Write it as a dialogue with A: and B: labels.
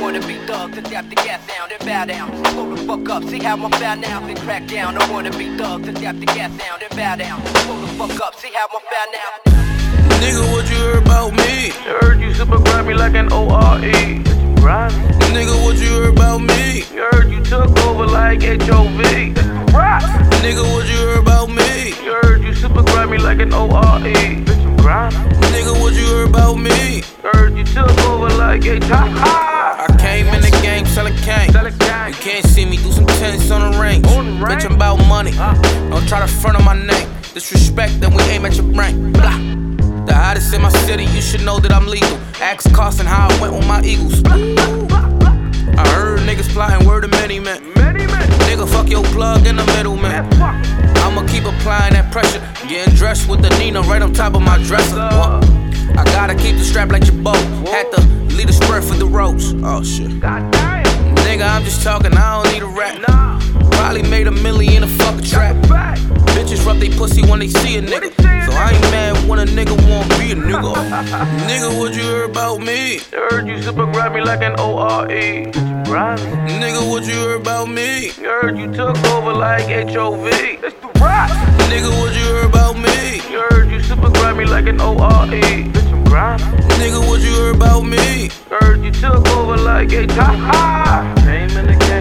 A: wanna be thugs and tap the gas down and bow down. Pull the fuck up, see how I'm bow now and crack down. I wanna be thugs and tap the gas down and bow down. Pull the fuck up, see how I'm bow now.
B: Nigga, what you heard about me?
C: You heard you super grimy like an E. ORE. But you grimy.
B: Nigga, what you heard about me?
C: You heard you took over like HOV. That's right.
B: Nigga, what you heard about me?
C: You heard you super grimy like an E. ORE. But you grimy.
B: Nigga, what you heard about me?
C: You heard you took over like HOV.
B: I came in the game selling cane.
C: Sell it gang.
B: You can't see me do some tens on the range.
C: On the range.
B: Bitch, I'm about money.
C: Uh.
B: Don't try to front on my name. Disrespect, then we aim at your brain. Blah. The hottest in my city, you should know that I'm legal. Ask Carson how I went with my Eagles. I heard niggas plotting word of many men.
C: Many men.
B: Nigga, fuck your plug in the middle, man.
C: That's fuck.
B: I'ma keep applying that pressure. Getting dressed with the Nina right on top of my dresser. Whoa. I gotta keep the strap like your boat. Had to lead a spread for the ropes. Oh shit.
C: God damn.
B: Nigga, I'm just talking, I don't need a rap.
C: Nah.
B: Probably made a million in a fucking trap.
C: Back.
B: Bitches rub they pussy when they see a nigga. So I ain't mad when a nigga won't be a nigga. nigga, what you heard about me?
C: You heard you super grimy like an E. ORE. But you grimy.
B: Nigga, what you heard about me?
C: You heard you took over like HOV. That's the right.
B: Nigga, what you heard about me?
C: You heard you super grimy like an ORE. Bitch, I'm grimy.
B: Nigga, what you heard about me?
C: Heard you took over like a top. Name in the game.